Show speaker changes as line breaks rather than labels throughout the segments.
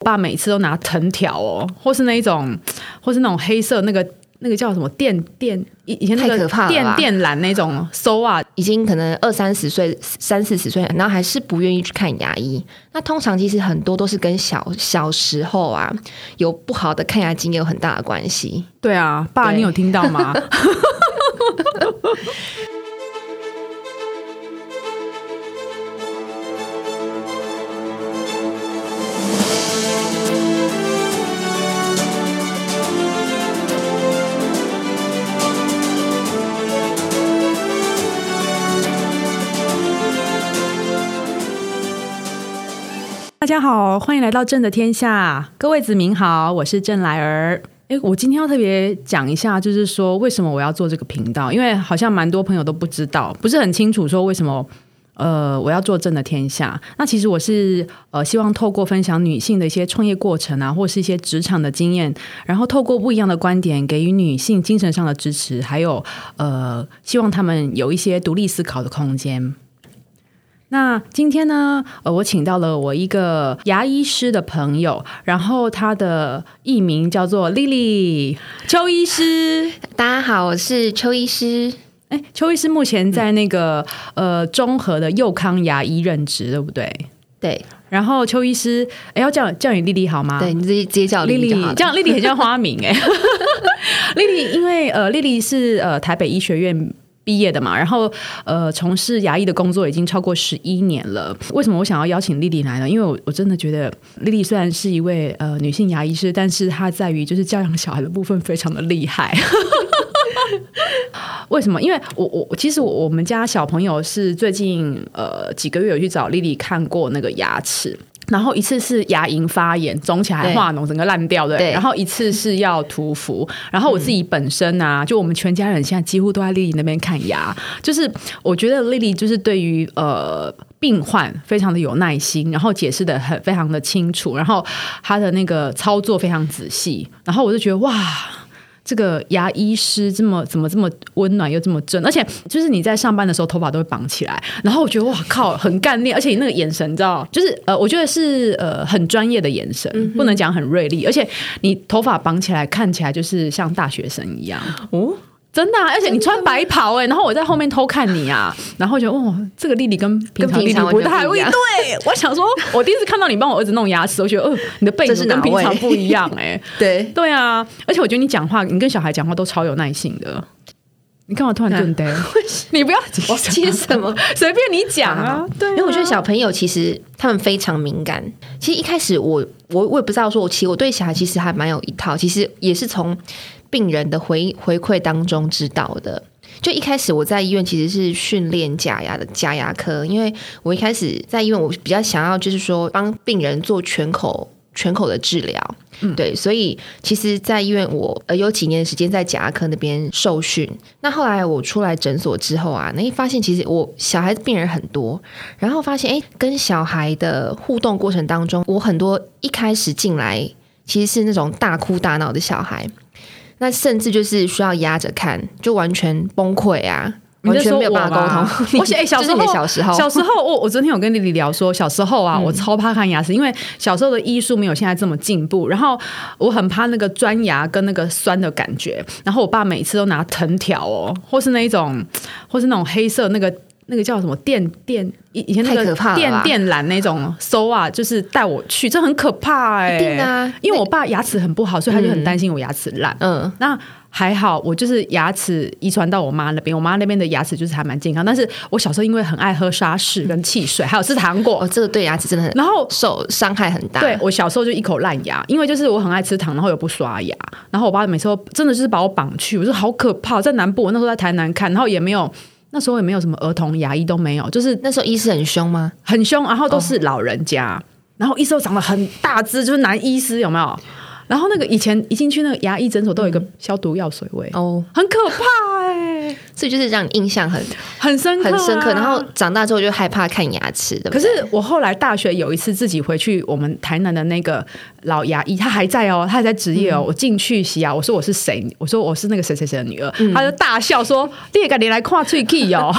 我爸每次都拿藤条哦，或是那一种，或是那种黑色那个那个叫什么电电，以以前那
太可怕
个
了
电
吧
电缆那种收啊，
已经可能二三十岁、三四十岁，然后还是不愿意去看牙医。那通常其实很多都是跟小小时候啊有不好的看牙经验有很大的关系。
对啊，爸，
对
你有听到吗？大家好，欢迎来到朕的天下，各位子民好，我是郑来儿。诶，我今天要特别讲一下，就是说为什么我要做这个频道，因为好像蛮多朋友都不知道，不是很清楚说为什么。呃，我要做朕的天下。那其实我是呃，希望透过分享女性的一些创业过程啊，或是一些职场的经验，然后透过不一样的观点，给予女性精神上的支持，还有呃，希望她们有一些独立思考的空间。那今天呢，呃，我请到了我一个牙医师的朋友，然后他的艺名叫做 Lily 邱医师。
大家好，我是邱医师。
哎，邱医师目前在那个、呃中和的佑康牙医任职，对不对？
对
然后邱医师，哎，要叫叫你丽丽好吗？
对，你直接直接叫
丽
丽
丽
就好了。
这样丽丽很像花名 哎、丽丽因为呃，丽丽是呃台北医学院。毕业的嘛，然后呃，从事牙医的工作已经超过十一年了。为什么我想要邀请丽丽来呢？因为我我真的觉得丽丽虽然是一位呃女性牙医师，但是她在于就是教养小孩的部分非常的厉害。为什么？因为我我我其实我我们家小朋友是最近呃几个月有去找丽丽看过那个牙齿。然后一次是牙龈发炎，肿起来
对
化脓，整个烂掉的。
对
然后一次是要涂氟。然后我自己本身啊，就我们全家人现在几乎都在丽丽那边看牙。就是我觉得丽丽就是对于呃病患非常的有耐心，然后解释的很非常的清楚，然后她的那个操作非常仔细。然后我就觉得哇，这个牙医师这么怎么这么温暖又这么正，而且就是你在上班的时候头发都会绑起来，然后我觉得哇靠，很干练，而且你那个眼神，你知道，就是呃，我觉得是呃很专业的眼神，不能讲很锐利，而且你头发绑起来看起来就是像大学生一样哦。真的、啊，而且你穿白袍哎、然后我在后面偷看你啊，然后觉得哇，这个丽丽跟平常丽
平
丽
常
不
完全
太
不一
一
样
对，我想说，我第一次看到你帮我儿子弄牙齿，我觉得，哦、你的背
这
影
是
跟
哪
平
位
常不一样哎、
对，
对啊，而且我觉得你讲话，你跟小孩讲话都超有耐性的。你干嘛突然顿 呆？你不要急
嗯我接什么？
随便你讲啊
好。
对啊
因为我觉得小朋友其实他们非常敏感。其实一开始我我我也不知道说，我其实我对小孩其实还蛮有一套，其实也是从病人的回回馈当中知道的。就一开始我在医院其实是训练假牙的假牙科，因为我一开始在医院，我比较想要就是说帮病人做全口全口的治疗，
嗯
对，所以其实，在医院我呃有几年的时间在假牙科那边受训。那后来我出来诊所之后啊，那一发现其实我小孩子病人很多，然后发现哎，跟小孩的互动过程当中，我很多一开始进来其实是那种大哭大闹的小孩，那甚至就是需要压着看，就完全崩溃啊。
你
完
在
全
说
没有办法沟
我吗
通。
我小哎小时候
就是你的小时候，嗯
小时候，我我昨天有跟丽丽聊说，小时候啊，我超怕看牙齿，因为小时候的医术没有现在这么进步，然后我很怕那个钻牙跟那个酸的感觉，然后我爸每次都拿藤条哦，或是那一种，或是那种黑色那个。那个叫什么电电以以前那
太
个
可怕了吧
电电缆那种搜啊，就是带我去，这很可怕哎、
一定啊
因为我爸牙齿很不好，所以他就很担心我牙齿烂。
嗯，
那还好，我就是牙齿遗传到我妈那边，我妈那边的牙齿就是还蛮健康。但是我小时候因为很爱喝沙士跟汽水，还有吃糖果
哦，，这个对牙齿真的很
然后
受伤害很大。
对我小时候就一口烂牙，因为就是我很爱吃糖，然后又不刷牙，然后我爸每次都真的就是把我绑去，我说好可怕，在南部，我那时候在台南看，然后也没有。那时候也没有什么儿童牙医都没有，就是
那时候医师很凶吗？
很凶，然后都
哦
是老人家，然后医生都长得很大只，就是男医师有没有？然后那个以前一进去那个牙医诊所都有一个消毒药水味，
嗯哦，
很可怕哎、
所以就是让你印象很
很深刻、啊
很深刻，然后。长大之后就害怕看牙齿，对不对？
可是我后来大学有一次自己回去，我们台南的那个老牙医，他还在哦，他还在职
嗯
业哦。我进去洗牙，我说我是谁？我说我是
嗯
那个谁谁谁的女儿，他就大笑说：“你也敢你来看喙齿哦。”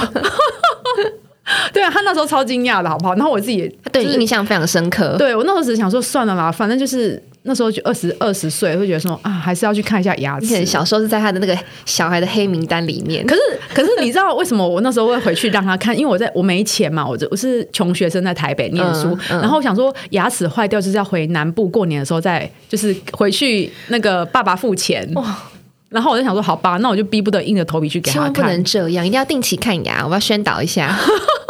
对啊，他那时候超惊讶的，好不好？然后我自己也
他对
就
你
是
印象非常深 刻。
对我那时候只是想说算了啦，反正就是那时候就二十二十岁，会觉得说啊，还是要去看一下牙
你可能
齿。
小时候是在他的那个小孩的黑名单里面，
可是， 可是你知道为什么我那时候会回去让他看？因为我在我没钱嘛，我这我是穷学生，在台北念书，
嗯嗯
然后我想说牙齿坏掉就是要回南部过年的时候再，就是回去那个爸爸付钱。然后我就想说，好吧，那我就逼不得硬着头皮去给
千
他
哎万不
看
能。这样，一定要定期看牙。我要宣导 一下，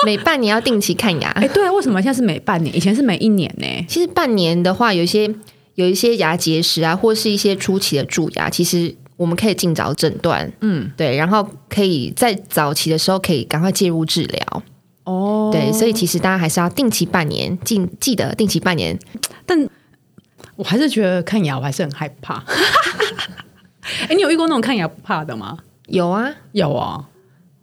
每半年要定期看牙。
哎，对啊，为什么现在是每半年？以前是每一年呢、
其实半年的话，有一些有一些牙结石啊，或是一些初期的蛀牙，其实我们可以尽早诊断，嗯，对，然后可以在早期的时候可以赶快介入治疗，
哦，
对，所以其实大家还是要定期半年，记记得定期半年，
我还是觉得看牙我还是很害怕。 哎、你有遇过那种看牙不怕的吗？
有啊，
有啊，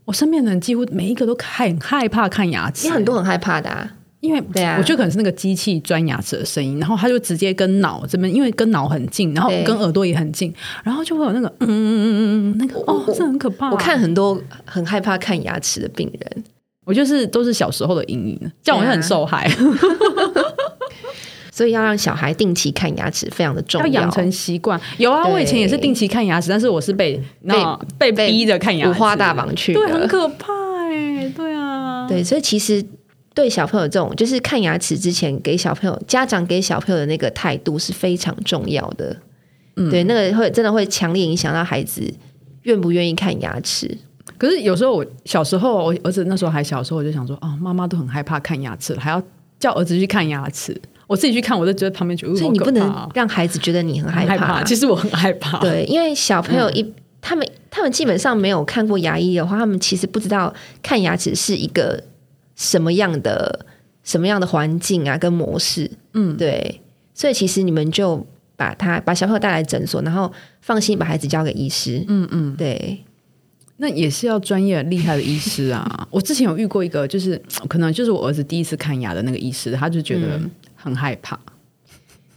我身边的人几乎每一个都很害怕看牙齿
因为，很多很害怕的啊，
因为
对啊
我觉得可能是那个机器钻牙齿的声音，然后他就直接跟脑这边，因为跟脑很近，然后
对
跟耳朵也很近，然后就会有那个嗯嗯嗯嗯嗯那个哦
我，
这很可怕。
我看很多很害怕看牙齿的病人，
我就是都是小时候的阴影，这样我
对啊
会很受害，
所以要让小孩定期看牙齿非常的重
要
要，
养成习惯。有啊，
啊对
我以前也是定期看牙齿，但是我是被那被
被
逼着看牙齿，
五花大绑去的，
对，很可怕哎、
欸
对啊，
对，所以其实对小朋友这种，就是看牙齿之前给小朋友家长给小朋友的那个态度是非常重要的。
嗯
对，那个会真的会强烈影响到孩子愿不愿意看牙齿。
可是有时候我小时候，我儿子那时候还小时候，我就想说，哦，妈妈都很害怕看牙齿了，还要叫儿子去看牙齿，我自己去看，我都觉得旁边觉得，
所以你
呃
不
好可怕
能
哦
让孩子觉得你很害
很
怕。
害怕，其实我很害 怕。，
对，因为小朋
嗯
友一、他们他们基本上没有看过牙医的话，他们其实不知道看牙齿是一个什么样的什么样的环境啊跟模式。嗯，对，所以其实你们就把他把小朋友带来诊所，然后放心把孩子交给医师。嗯嗯，对，
那也是要专业厉害的医师啊。 我之前有遇过一个，就是可能就是我儿子第一次看牙的那个医师，他就觉得
嗯
很害怕，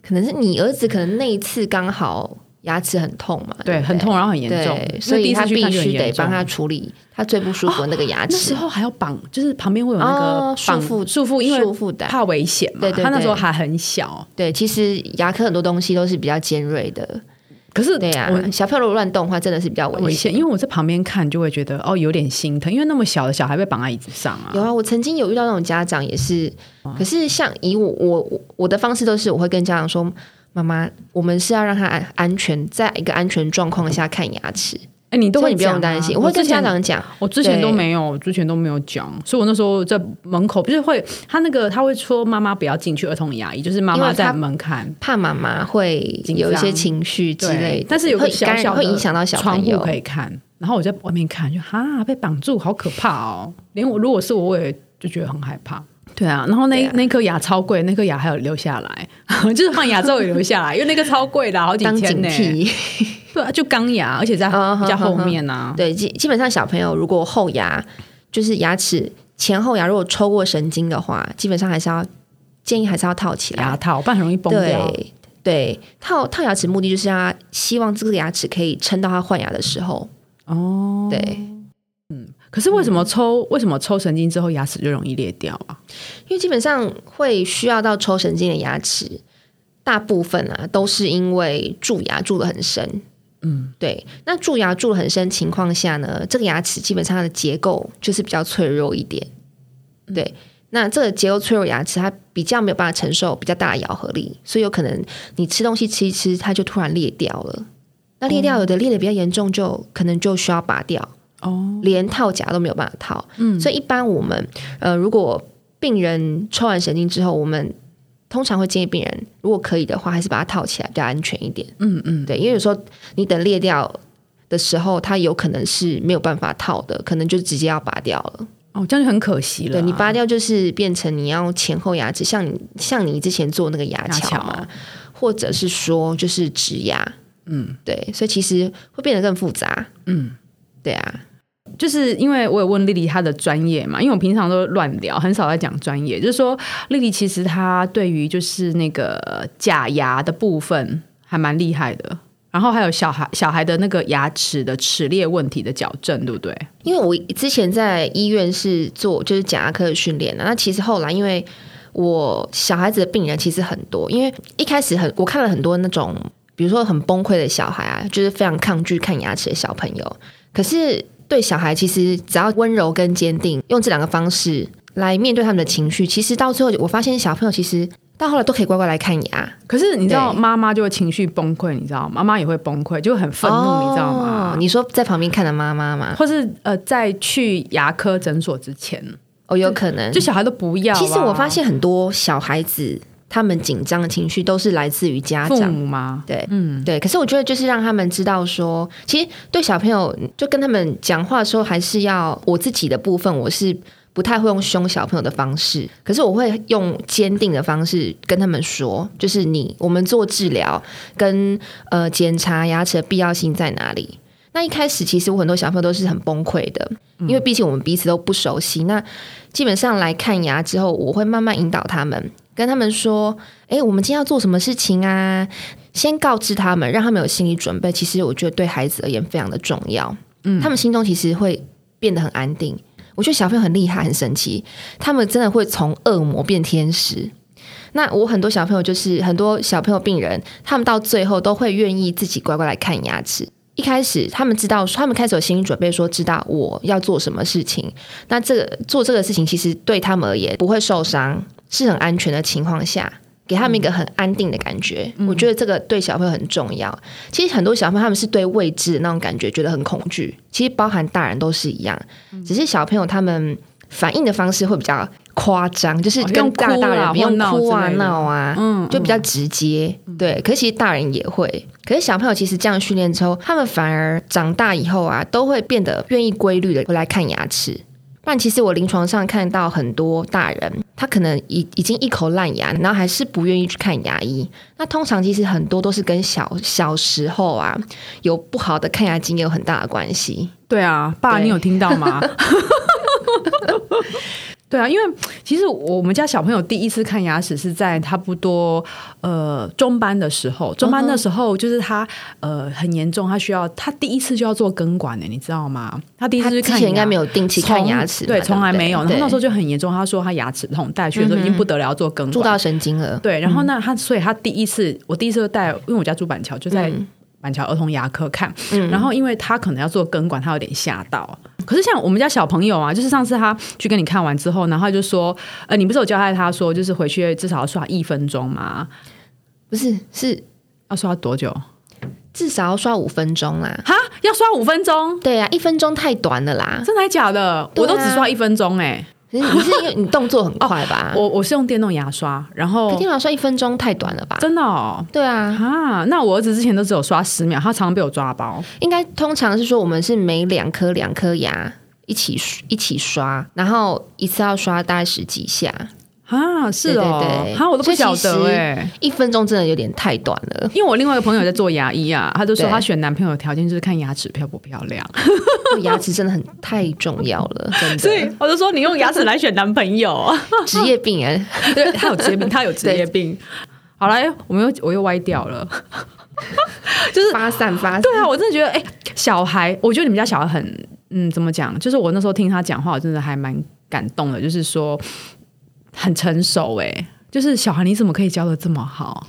可能是你儿子可能那一次刚好牙齿很痛嘛，
对，
不
很痛，然后很严重，
对，所
因为第
以
一
他
次去
必
看就很
须得
严重哦
帮他处理他最不舒服的那个牙
那
齿。
时候还要绑，就是旁边会有那个
哦束
绑
缚
束缚，因
束
为
缚带
怕危险嘛。
对对
他那时候
对
还很小，
对，其实牙科很多东西都是比较尖锐的，
可是
对呀、
我
小朋友如果乱动的话，真的是比较危
危
险。
险，因为我在旁边看就会觉得哦有点心疼，因为那么小的小孩被绑在椅子上啊。
有啊，我曾经有遇到那种家长也是，可是像以我我我我的方式都是，我会跟家长说，妈妈，我们是要让他安安全，在一个安全状况下看牙齿，
哎、你都
所
会
以你不用
讲啊
担心。
我
会跟
之前
家，长讲，
我之前
对
都没有，我之前都没有讲，所以我那时候在门口就是会他那个他会说妈妈不要进去儿童牙医，就是妈
因
妈
为他
在门看。
怕妈妈会
紧张
有一些情绪之类
对
的，，
但是有个
会
小
干
小的
会影响到小
窗
朋
户
友。
可以看，然后我在外面看，就哈被绑住，好可怕哦！连我如果是我，我也就觉得很害怕。对啊，然后那、
对啊
那颗牙超贵，那颗牙还有留下来， 就是换牙之后也留下来，因为那个超贵的，啊好几
当
千
警
呢、
惕，
对啊，就钢牙，而且在
啊
比较
哼
后
哼哼
面啊。
对，基基本上小朋友如果后牙就是牙齿前后牙如果抽过神经的话，基本上还是要建议还是要套起来
牙。套，不然很容易崩掉。
啊对对，套套牙齿目的就是让他希望这个牙齿可以撑到他换牙的时候。
哦，
对，。
可是为什么抽、为什么抽神经之后牙齿就容易裂掉啊？
因为基本上会需要到抽神经的牙齿，大部分啊都是因为蛀牙蛀得很深。嗯，对。那蛀牙蛀得很深情况下呢，这个牙齿基本上它的结构就是比较脆弱一点。对，那这个结构脆弱牙齿，它比较没有办法承受比较大的咬合力，所以有可能你吃东西吃一吃，它就突然裂掉了。那裂掉有的裂的比较严重就，可能就需要拔掉。
哦，
连套夹都没有办法套。嗯，所以一般我们呃，如果病人抽完神经之后，我们通常会建议病人，如果可以的话，还是把它套起来比较安全一点。
嗯嗯，
对，因为有时候你等裂掉的时候，它有可能是没有办法套的，可能就直接要拔掉了。
哦，这样就很可惜了啊、
对你拔掉就是变成你要前后牙齿，像你像你之前做那个牙
牙
桥
桥
嘛，或者是说就是植牙。嗯，对，所以其实会变得更复杂。嗯，对啊。
就是因为我有问丽丽她的专业嘛，因为我平常都乱聊，很少在讲专业。就是说，丽丽其实她对于就是那个假牙的部分还蛮厉害的。然后还有小孩小孩的那个牙齿的齿列问题的矫正，对不对？
因为我之前在医院是做就是假牙科的训练的，啊那其实后来因为我小孩子的病人其实很多，因为一开始很我看了很多那种，比如说很崩溃的小孩啊，就是非常抗拒看牙齿的小朋友，可是对小孩其实只要温柔跟坚定，用这两个方式来面对他们的情绪，其实到最后我发现小朋友其实到后来都可以乖乖来看牙，
可是你知道，
对
妈妈就会情绪崩溃，你知道吗，妈妈也会崩溃，就很愤怒，你知道吗
哦？你说在旁边看的妈妈吗？
或是呃，在去牙科诊所之前，
哦，有可能
就小孩都不要啊、
其实我发现很多小孩子他们紧张的情绪都是来自于家
父
长。
母吗？
对，嗯，对。可是我觉得就是让他们知道说，其实对小朋友就跟他们讲话的时候，还是要我自己的部分，我是不太会用凶小朋友的方式，可是我会用坚定的方式跟他们说，就是你我们做治疗跟呃检查牙齿的必要性在哪里。那一开始其实我很多小朋友都是很崩溃的，因为毕竟我们彼此都不熟悉。那基本上来看牙之后，我会慢慢引导他们，跟他们说：“诶，我们今天要做什么事情啊？”先告知他们，让他们有心理准备。其实我觉得对孩子而言非常的重要，嗯，他们心中其实会变得很安定。我觉得小朋友很厉害，很神奇，他们真的会从恶魔变天使。那我很多小朋友就是很多小朋友病人，他们到最后都会愿意自己乖乖来看牙齿。一开始他们知道，他们开始有心理准备，说知道我要做什么事情。那这个做这个事情，其实对他们而言不会受伤，是很安全的情况下，给他们一个很安定的感觉。我觉得这个对小朋友很重要。其实很多小朋友他们是对未知的那种感觉觉得很恐惧，其实包含大人都是一样，
嗯
只是小朋友他们反应的方式会比较夸张，就是
哦
跟
用
大
哭
大
啦
人
或
用
闹
哭啊
之类的
闹啊，
嗯
就比较直接。对，可是其实大人也会，可是小朋友其实这样训练之后，他们反而长大以后啊，都会变得愿意规律的来看牙齿。不然，其实我临床上看到很多大人，他可能已已经一口烂牙，然后还是不愿意去看牙医。那通常其实很多都是跟小小时候啊有不好的看牙经验有很大的关系。
对啊，爸，
对
你有听到吗？ 对啊，因为其实我们家小朋友第一次看牙齿是在差不多呃中班的时候，中班那时候就是他
嗯
呃很严重，他需要他第一次就要做根管的，你知道吗？他第一
他
次
之
去看
前应该
牙
没有定期看牙齿嘛，
对，
不
从来没有。然后
对
那时候就很严重，他说他牙齿痛，带去的时候已经不得了，要做根
住
管。
到神经了，
对，然后那他，所以他第一次，我第一次就带，因为我家住板桥，就在板
嗯
桥儿童牙科看。然后因为他可能要做根管，他有点吓到。可是像我们家小朋友啊，就是上次他去跟你看完之后，然后他就说，呃，你不是有交代他说，就是回去至少要刷一分钟吗？
不是是
要刷多久？
至少要刷五分钟啦。
哈，要刷五分钟？
对啊，一分钟太短了啦。
真的还假的？我都
对啊
只刷一分钟哎、
可是你是因为你动作很快 吧？
我我是用电动牙刷，然
可
后
电脑刷一分钟太短了吧？
真的哦，
对啊，
啊，那我儿子之前都只有刷十秒，他常常被我抓包。
应该通常是说我们是每两颗两颗牙一起一起刷，然后一次要刷大概十几下，
啊，是
对
哦
对，对
啊，我都不晓
所以
得
其实
哎、
一分钟真的有点太短了。
因为我另外一个朋友也在做牙医啊，他就说
对
他选男朋友的条件就是看牙齿漂不漂亮，
牙齿真的很太重要了，真
所
的。
以我就说你用牙齿来选男朋友， 啊
职业病啊人，
对他有职业病，他有职业病。好了，哎我们又我又歪掉了。
发散发 散。
对啊，我真的觉得，哎、小孩，我觉得你们家小孩很，嗯，怎么讲？就是我那时候听他讲话，我真的还蛮感动的，就是说很成熟、哎，就是小孩你怎么可以教的这么好？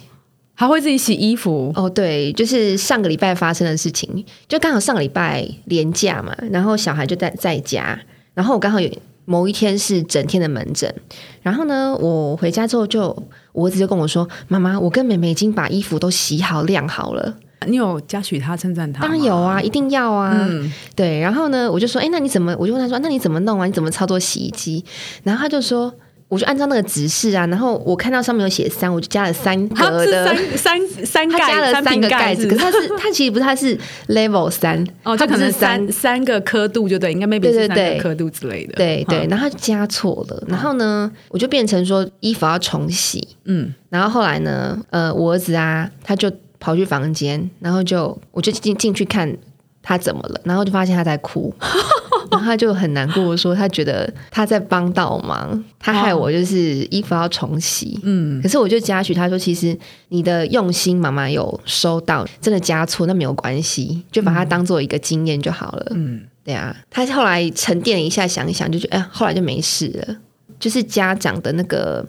还会自己洗衣服，
哦，对，就是上个礼拜发生的事情，就刚好上个礼拜连假嘛，然后小孩就在在家，然后我刚好有某一天是整天的门诊，然后呢，我回家之后就我儿子就跟我说：“妈妈，我跟妹妹已经把衣服都洗好晾好了。
你有嘉许他、称赞”他？
当然有，啊，一定要啊。
嗯，
对，然后呢，我就说，哎，那你怎么？我就问他说，那你怎么弄啊？你怎么操作洗衣机？然后他就说，我就按照那个指示啊。然后我看到上面有写三，我就加了三
他
格
是
的，
三三三
他
盖，
加了三
瓶
个
盖
盖
是
子，
不
可
是
是它是它其实不是，它是 level 三，
哦，
它
就
不
可
是
能三三个刻度就对，应该 maybe
对对
是三
对
个刻度之类的。
对对
嗯，
然后他加错了，然后呢，我就变成说衣服要重洗，
嗯，
然后后来呢，呃，我儿子啊，他就跑去房间，然后就我就进进去看他怎么了，然后就发现他在 哭，然后他就很难过说他觉得他在帮倒忙，他
哦
害我就是衣服要重洗，嗯，可是我就嘉许他说，其实你的用心妈妈有收到，真的加错那没有关系，就
嗯
把它当做一个经验就好了，嗯，对啊，他后来沉淀一下想一想，就觉得哎、后来就没事了。就是家长的那个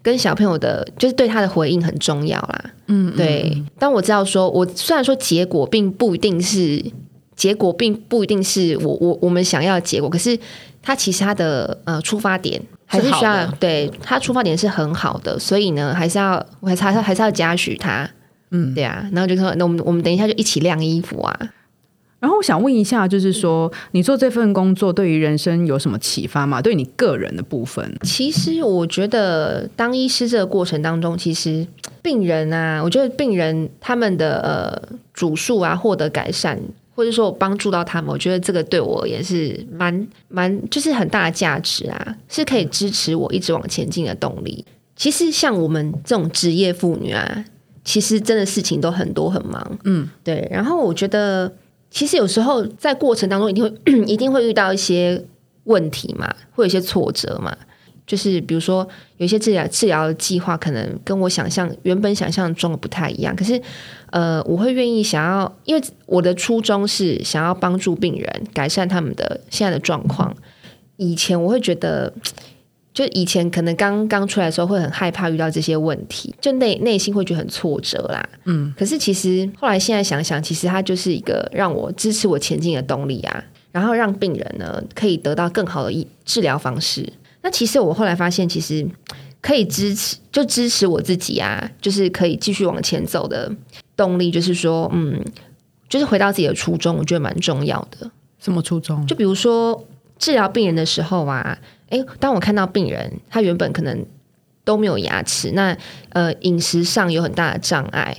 跟小朋友的，就是对他的回应很重要啦。嗯，对。但我知道说，我虽然说结果并不一定是结果，并不一定是我我我们想要的结果，可是他其实他的呃出发点还是需
好
要
的
对他出发点是很好的，所以呢，还是要我还是还是还是要嘉许他。嗯，对啊，然后就说，那我们我们等一下就一起晾衣服啊。
然后我想问一下，就是说你做这份工作对于人生有什么启发吗？对你个人的部分，
其实我觉得当医师这个过程当中，其实病人啊，我觉得病人他们的呃主诉啊获得改善，或者说我帮助到他们，我觉得这个对我也是蛮蛮就是很大的价值啊，是可以支持我一直往前进的动力。其实像我们这种职业妇女啊，其实真的事情都很多很忙，嗯，对。然后我觉得，其实有时候在过程当中一定会 一定会遇到一些问题嘛，会有一些挫折嘛。就是比如说，有一些治疗治疗的计划可能跟我想象原本想象中的不太一样，可是呃，我会愿意想要，因为我的初衷是想要帮助病人改善他们的现在的状况。以前我会觉得，就以前可能刚刚出来的时候会很害怕遇到这些问题，就内内心会觉得很挫折啦。嗯，可是其实后来现在想想，其实它就是一个让我支持我前进的动力啊，然后让病人呢可以得到更好的医治疗方式。那其实我后来发现，其实可以支持，就支持我自己啊，就是可以继续往前走的动力，就是说，嗯，就是回到自己的初衷，我觉得蛮重要的。
什么初衷？
就比如说治疗病人的时候啊，诶，当我看到病人他原本可能都没有牙齿，那呃饮食上有很大的障碍，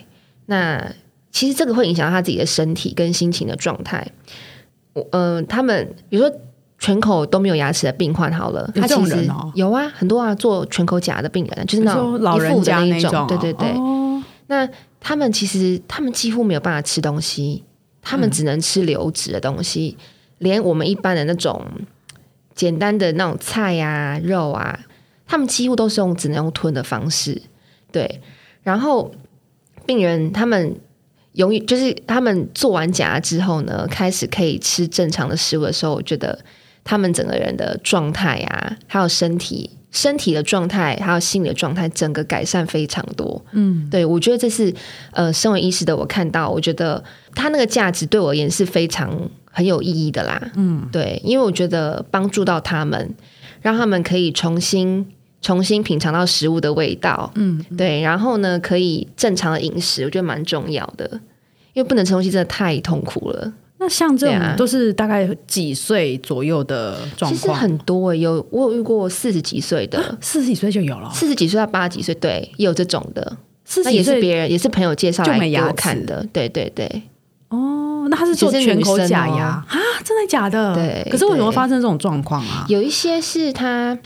那其实这个会影响到他自己的身体跟心情的状态。我呃，他们比如说。全口都没有牙齿的病患好了，
有
他
这
其
种
实
人哦
有啊，很多啊，做全口假的病人，就是那
说
种
老
一
人
副的
家
那一
种
种，
哦，
对对对。
哦
那他们其实他们几乎没有办法吃东西，他
嗯
们只能吃流质的东西，连我们一般的那种简单的那种菜呀、肉啊，他们几乎都是用只能用吞的方式。对，然后病人他们永远就是他们做完假之后呢，开始可以吃正常的食物的时候，我觉得他们整个人的状态啊，还有身体。身体的状态，还有心理的状态，整个改善非常多。嗯，对，我觉得这是呃，身为医师的我看到，我觉得他那个价值对我而言是非常很有意义的啦。嗯，对，因为我觉得帮助到他们，让他们可以重新重新品尝到食物的味道。嗯，对，然后呢，可以正常的饮食，我觉得蛮重要的，因为不能吃东西真的太痛苦了。
那像这
对
种
啊
都是大概几岁左右的状
其实
况？。
很多、欸、有我有遇过四十几岁的
四十几岁就有了，
四十几岁到八十几岁，对，也有这种的，
四
那
十
也
几
是
岁
别人，也是朋友介绍
就
来
没
给
牙
我看
齿
的，对对对。
哦，那他是做
其实
全口
女生
假
哦
牙啊？真的假的？
对
可是为什么会
对
发生这种状况啊？
有一些是他，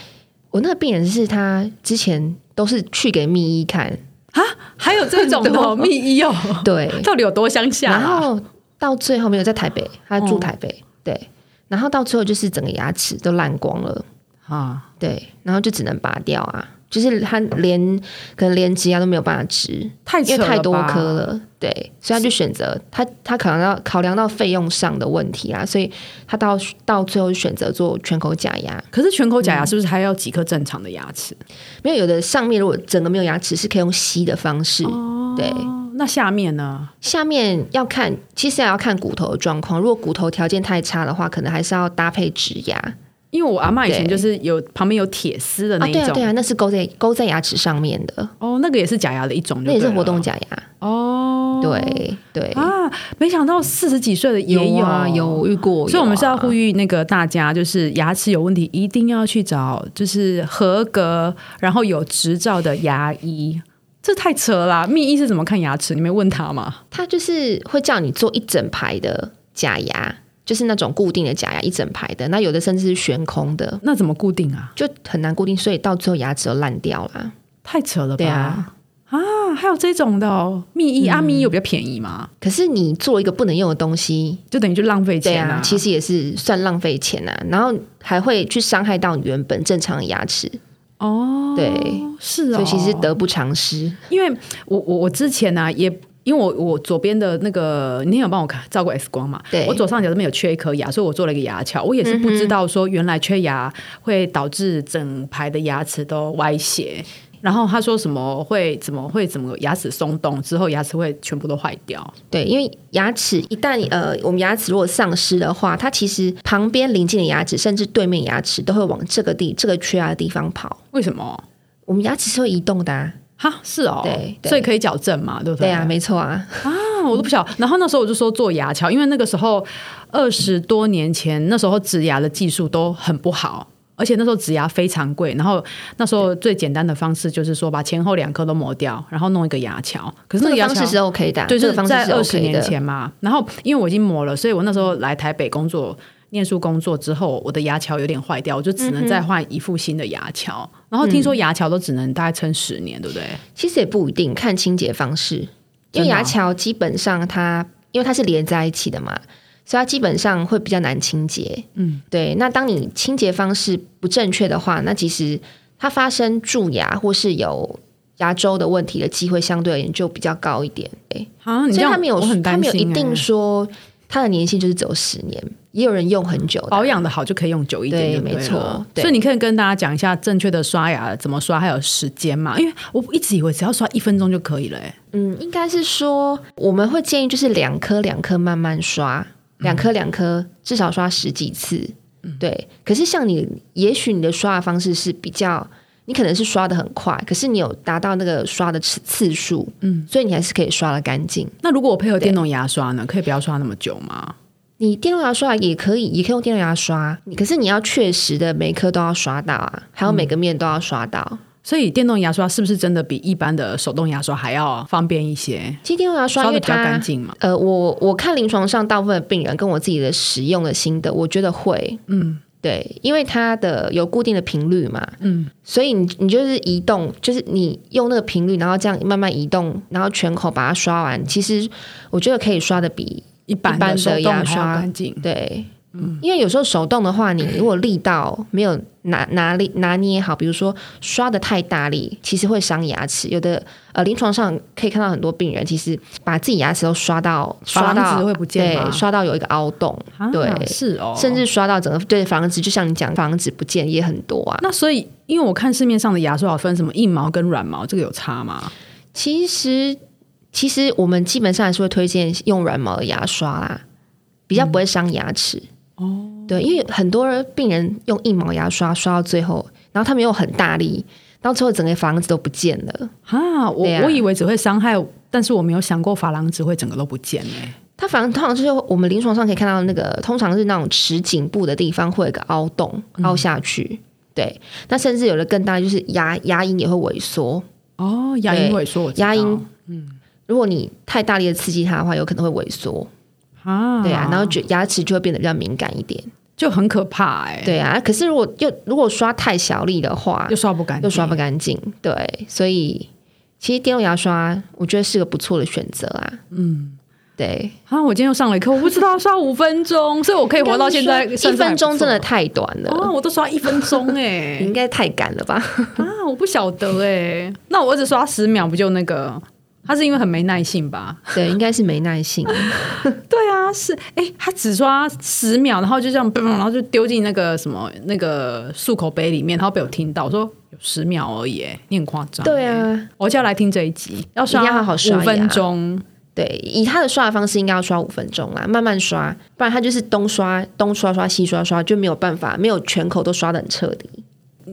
我那个病人是他之前都是去给密医看，
啊还有这种的哦密医哦，
对，
到底有多乡下、
然
啊？
后到最后没有在台北，他
哦
住台北，对，然后到最后就是整个牙齿都烂光了，
啊，
对，然后就只能拔掉啊，就是他连可能连植牙都没有办法植，
太
因
扯
为
了
太多
吧
颗了，对，所以他就选择他他考量到考量到费用上的问题啊，所以他到到最后选择做全口假牙，
可是全口假
嗯
牙是不是还要几颗正常的牙齿？
没有有的上面如果整个没有牙齿是可以用吸的方式，对，
哦，那下面呢？
下面要看，其实也要看骨头的状况。如果骨头条件太差的话，可能还是要搭配植牙啊。
因为我阿嬷以前
对
就是有旁边有铁丝的那一
对
种，
啊，对啊，那是勾在勾在牙齿上面的，
哦，那个也是假牙的一种就
那
对了，
也是活动假牙。
啊哦，
对对，
啊，没想到四十几岁的也有
啊有啊嗯我遇过，
所以，我们是要呼
吁
吁那个大家，就是牙齿有问题，一定要去找就是合格，然后有执照的牙医。这太扯啦！密医是怎么看牙齿？你没问他吗？
他就是会叫你做一整排的假牙，就是那种固定的假牙一整排的，那有的甚至是悬空的，
那怎么固定啊？
就很难固定，所以到最后牙齿都烂掉啦。
太扯了吧！
对啊，嗯
啊，还有这种的哦，蜜意啊，蜜意有比较便宜吗？
可是你做一个不能用的东西，
就等于就浪费
对
钱
啊，其实也是算浪费钱啊，然后还会去伤害到你原本正常的牙齿，
哦，
对，
是哦，
所以其实得不偿失。
因为我我我之前呢、啊、也。因为我我左边的那个，你有帮我看照过 X 光嘛？
对嗯
我左上角这边有缺一颗牙，所以我做了一个牙桥。我也是不知道说原来缺牙会导致整排的牙齿都歪斜。然后他说什么会怎么会怎么牙齿松动之后牙齿会全部都坏掉？
对，因为牙齿一旦呃，我们牙齿如果丧失的话，它其实旁边邻近的牙齿，甚至对面牙齿都会往这个地这个缺牙的地方跑。
为什么？
我们牙齿是会移动的、啊，
哈，是哦，
对对
所以可以矫正嘛，对不
对
对
啊，没错啊，
啊，我都不晓。然后那时候我就说做牙桥，因为那个时候二十多年前，那时候植牙的技术都很不好。而且那时候植牙非常贵，然后那时候最简单的方式就是说把前后两颗都磨掉，然后弄一个牙桥。可是那
这个
牙
方
桥
式是 OK 的啊、
对，就
这个
是
方式
在
是
二十
OK
年
的。
前嘛。然后因为我已经磨了，所以我那时候来台北工作、念书、工作之后，我的牙桥有点坏掉，我就只
嗯
能再换一副新的牙桥。然后听说牙桥都只能大概撑十年，对不对？
其实也不一定，看清洁方式，因
真
为
的啊
牙桥基本上它因为它是连在一起的嘛，所以它基本上会比较难清洁。嗯，对。那当你清洁方式不正确的话，那其实它发生蛀牙或是有牙周的问题的机会，相对而言就比较高一点。对，
啊，你这
所以
样
它没有
我很
它
担
没
心、
有
欸，
一定说它的年限就是只有十年，也有人用很久的。
保养的好就可以用久一点
对
就了
没错对
所以你可以跟大家讲一下正确的刷牙怎么刷，还有时间嘛？因为我一直以为只要刷一分钟就可以了、欸，
嗯，应该是说我们会建议就是两颗两颗慢慢刷，
嗯
两颗两颗至少刷十几次。对，可是像你，也许你的刷的方式是比较，你可能是刷的很快，可是你有达到那个刷的次次数，嗯，所以你还是可以刷的干净。
那如果我配合电动牙刷呢，可以不要刷那么久吗？
你电动牙刷也可以，也可以用电动牙刷，可是你要确实的每一颗都要刷到啊，还有每
嗯
个面都要刷到。
所以电动牙刷是不是真的比一般的手动牙刷还要方便一些？
其实电动牙刷
刷
因
的
为
比较
它
干净嘛？
呃，我我看临床上大部分的病人跟我自己的使用的心得，我觉得会，嗯，对，因为它的有固定的频率嘛，嗯，所以你你就是移动，就是你用那个频率，然后这样慢慢移动，然后全口把它刷完，其实我觉得可以刷的比
一般
一般
的
的
手动
牙
还要
刷
干净，
对。嗯因为有时候手动的话，你如果力道没有拿拿力拿捏好，比如说刷的太大力，其实会伤牙齿。有的呃，临床上可以看到很多病人，其实把自己牙齿都刷到刷
珐琅
到
质会不见吗
对，刷到有一个凹洞，
啊
对
是哦，
甚至刷到整个对珐琅质，就像你讲珐琅质不见也很多啊。
那所以，因为我看市面上的牙刷有分什么硬毛跟软毛，这个有差吗？
其实其实我们基本上还是会推荐用软毛的牙刷啦，比较不会伤牙齿。哦，对，因为很多病人用硬毛牙刷刷到最后，然后他们又很大力，到最后整个房子都不见了。
啊，我
对啊
我以为只会伤害，但是我没有想过珐琅质会整个都不见哎、
它反正通常就是我们临床上可以看到那个，通常是那种齿颈部的地方会有一个凹洞凹下去。对，那甚至有的更大，就是牙牙龈也会萎缩。
哦，牙龈萎缩，我知道
牙龈如果你太大力的刺激它的话，有可能会萎缩。
啊，
对啊，然后就牙齿就会变得比较敏感一点。
就很可怕哎、
对啊，可是如果又如果刷太小力的话
又，刷不干净，
又刷不干净。对，所以其实电动牙刷我觉得是个不错的选择啊。嗯，对，
啊！我今天又上了一课，我不知道刷五分 钟，所以我可以活到现在，
应该是
甚
说一
至还
分
不
钟
错
真的太短了，
啊，我都刷一分钟哎、
你应该太赶了吧？
啊，我不晓得哎、那我只刷十秒不就那个？他是因为很没耐性吧？
对，应该是没耐性。
对啊，是哎、他只刷十秒，然后就这样， 砰然后就丢进那个什么那个漱口杯里面，然后被我听到，我说有十秒而已、欸，你很夸张、
对，啊，
我就要来听这一集，要
一定
刷
要好好刷
五
牙
分钟，
对，以他的刷的方式，应该要刷五分钟啦，慢慢刷，不然他就是东刷东刷刷西刷刷，就没有办法，没有全口都刷的很彻底。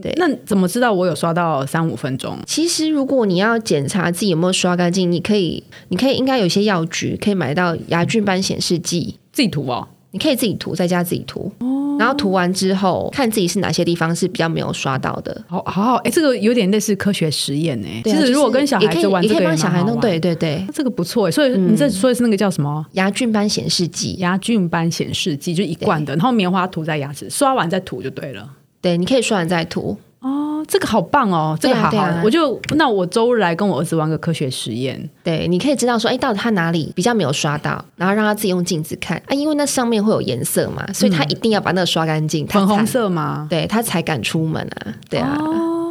对
那怎么知道我有刷到三五分钟？
其实，如果你要检查自己有没有刷干净，你可以，你可以应该有一些药局可以买到牙菌斑显示剂，
自己涂哦。
你可以自己涂，在家自己涂。然后涂完之后，看自己是哪些地方是比较没有刷到的。
好好好，哎、这个有点类似科学实验呢、
对
其
啊
实
就
如果
是
跟小孩
也可以
子玩，
也可以
这个
帮
也
小
蛮
孩
好
弄。
玩，
对嗯对对，
这个不错、欸。所以你这说的是那个叫什么？
牙菌斑显示剂，
牙菌斑显示剂就一罐的，然后棉花涂在牙齿，刷完再涂就对了。
对，你可以刷完再涂。
哦，哦，这个好棒哦，这个好好，
对啊对啊
我就那我周日来跟我儿子玩个科学实验，
对，你可以知道说，哎，到底他哪里比较没有刷到，然后让他自己用镜子看啊，因为那上面会有颜色嘛，所以他一定要把那个刷干净，
嗯
他
粉红
才，
色哦吗？
对他才敢出门啊，对啊，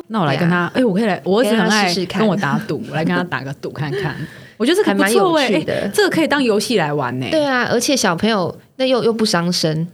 那我来跟他，哎、我可以来，我儿子
可以
很
让他
爱
试试看
跟我打赌，我来跟他打个赌看看。我觉得这个
还
不
蛮
错
有
哎、
趣
哎
的，
这个可以当游戏来玩呢、
对啊，而且小朋友那又又不伤身，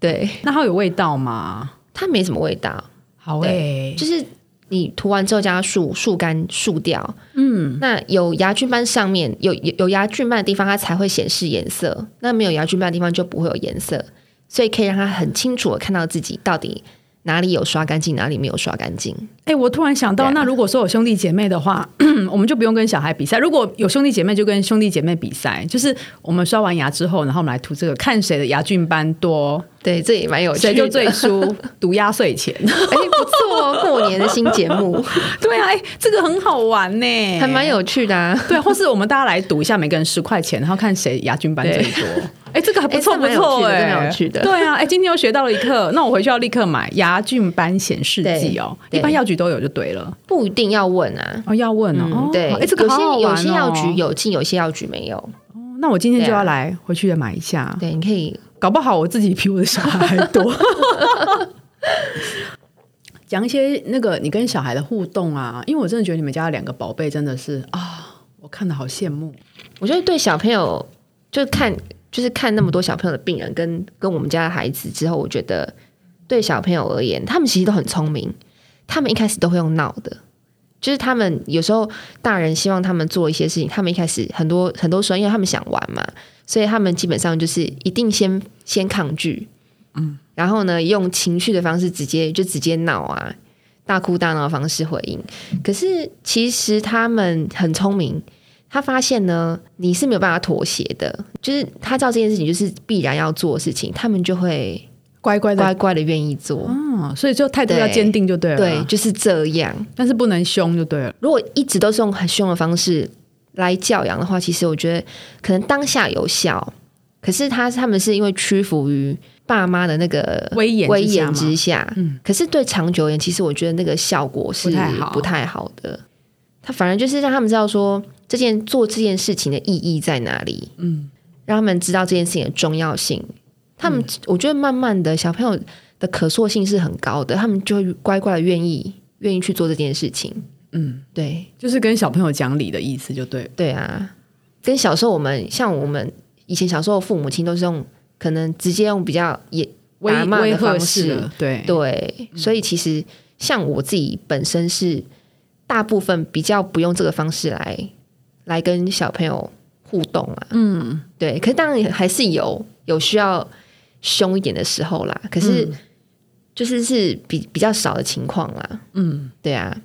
对，
那它有味道吗？
它没什么味道，
好哎、
就是你涂完之后将它树树干树掉，嗯，那有牙菌斑上面有有有牙菌斑的地方，它才会显示颜色；那没有牙菌斑的地方就不会有颜色，所以可以让它很清楚的看到自己到底哪里有刷干净，哪里没有刷干净。
哎、我突然想到，
对啊
那如果说有兄弟姐妹的话， 我们就不用跟小孩比赛。如果有兄弟姐妹，就跟兄弟姐妹比赛，就是我们刷完牙之后，然后我们来涂这个，看谁的牙菌斑多，
对，这也蛮有趣的，
谁就最输，赌压岁钱。
哎、不错哦，过年的新节目
对啊，哎、这个很好玩呢、
还蛮有趣的、啊。
对，或是我们大家来赌一下，每个人十块钱，然后看谁牙菌斑最多。哎，这个还不错，
哎
不
这蛮有趣
错，
的
哎，
这蛮有趣的
对啊，哎，今天又学到了一课，那我回去要立刻买牙菌斑显示剂哦，
对对
一般药局都有就对了。
不一定要问啊。
哦，要问哦，哦
嗯，对，
哎，这个好好
有
玩哦
些有些药局
有，
有进，有些药局没有。
那我今天就
对啊
要来回去也买一下，
对，你可以
搞不好我自己比我的小孩还多。 讲一些那个你跟小孩的互动啊，因为我真的觉得你们家的两个宝贝真的是啊，我看的好羡慕。
我觉得对小朋友，就看就是看那么多小朋友的病人跟跟我们家的孩子之后，我觉得对小朋友而言，他们其实都很聪明，他们一开始都会用闹的。就是他们有时候大人希望他们做一些事情，他们一开始很多很多时候，因为他们想玩嘛，所以他们基本上就是一定先先抗拒，嗯，然后呢，用情绪的方式直接就直接闹啊，大哭大闹的方式回应。可是其实他们很聪明，他发现呢，你是没有办法妥协的，就是他知道这件事情就是必然要做的事情，他们就会
乖乖的
乖乖的愿意做。
嗯，所以就态度要
对
坚定就对了，
对，，就是这样。
但是不能凶就对了。
如果一直都是用很凶的方式来教养的话，其实我觉得可能当下有效，可是他他们是因为屈服于爸妈的那个
威严之下
威严之
嘛
下，
嗯
可是对长久而言，其实我觉得那个效果是
不太好
不太好的。他反而就是让他们知道说这件做这件事情的意义在哪里，嗯，让他们知道这件事情的重要性。他
嗯
们、我觉得慢慢的小朋友的可塑性是很高的，他们就会乖乖的愿意愿意去做这件事情。嗯，对，
就是跟小朋友讲理的意思，就对了。
对啊，跟小时候我们像我们以前小时候父母亲都是用可能直接用比较也
威
打骂的
威吓
方
式
式
的，对，
对，所以其实像我自己本身是大部分比较不用这个方式来来跟小朋友互动啊，嗯，对，可是当然还是有有需要凶一点的时候啦，可是就是是比比较少的情况啦，嗯，对啊，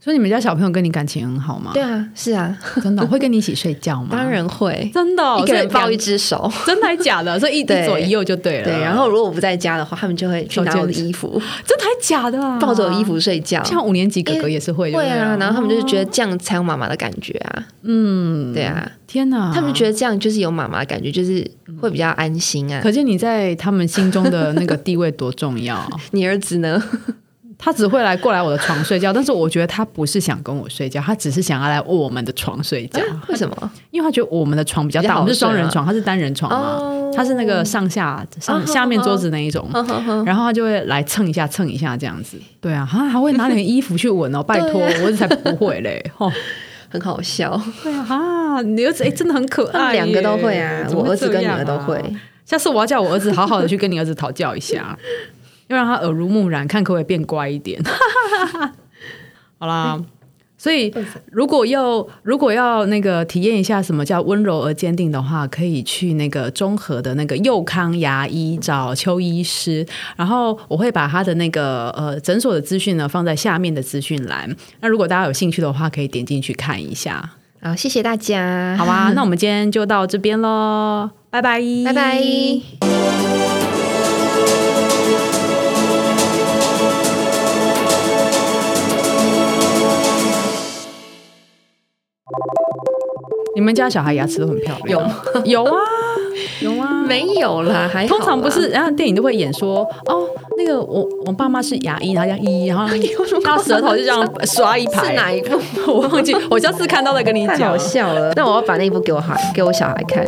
所以你们家小朋友跟你感情很好吗？
对啊，是啊，
真的会跟你一起睡觉吗？
当，然会。
真的哦、
一个人
所以
抱一
两，
只手，
真的还假的？ 所以一
对
一左一右就对了。
对，啊然后如果我不在家的话，他们就会去拿我的衣服，
真的还假的、啊？
抱着我衣，服睡觉。
像五年级哥哥也是会就
会
对了，
啊，然后他们就是觉得这样才有妈妈的感觉啊，嗯，对啊，
天哪，
他们觉得这样就是有妈妈的感觉，就是会比较安心啊。
可见你在他们心中的那个地位多重要。
你儿子呢？
他只会来过来我的床睡觉，但是我觉得他不是想跟我睡觉，他只是想要来我们的床睡觉，
为什么？
因为他觉得我们的床比较
比较
大，
好
我们是双人
睡啊
床，他是单人床嘛
哦，
他是那个上下上下面桌子那一 种，然后他就会来蹭一下蹭一下这样子。对啊，他还会拿你的衣服去闻 哦，拜托，
对啊
我才不会嘞。哦，
很好笑，
对啊，哈，你儿子哎真的很可
他
爱
们
耶，
两个都会啊，
怎么
我儿子
这
跟女
样啊
儿都会。
下次我要叫我儿子好好的去跟你儿子讨教一 下，要让他耳濡目染，看可不可以变乖一点。 好啦，
嗯
所以如果要如果要那个体验一下什么叫温柔而坚定的话，可以去那个中和的那个佑康牙医找邱医师，然后我会把他的那个呃诊所的资讯呢放在下面的资讯栏。那如果大家有兴趣的话，可以点进去看一下。
好，谢谢大家，
好， 吧，那我们今天就到这边喽，拜拜，
拜拜。
你们家小孩牙齿都很漂亮，有有啊，有吗？
没有啦，还好
通常不
啦
是，然后电影都会演说，哦，那个我我爸妈是牙医，然后牙医， 然后
哎
然后舌头就这样刷一排，
是哪一部？
我忘记，我下次看到再跟你
太
讲
好。笑了。那我要把那一部给我孩给我小孩看。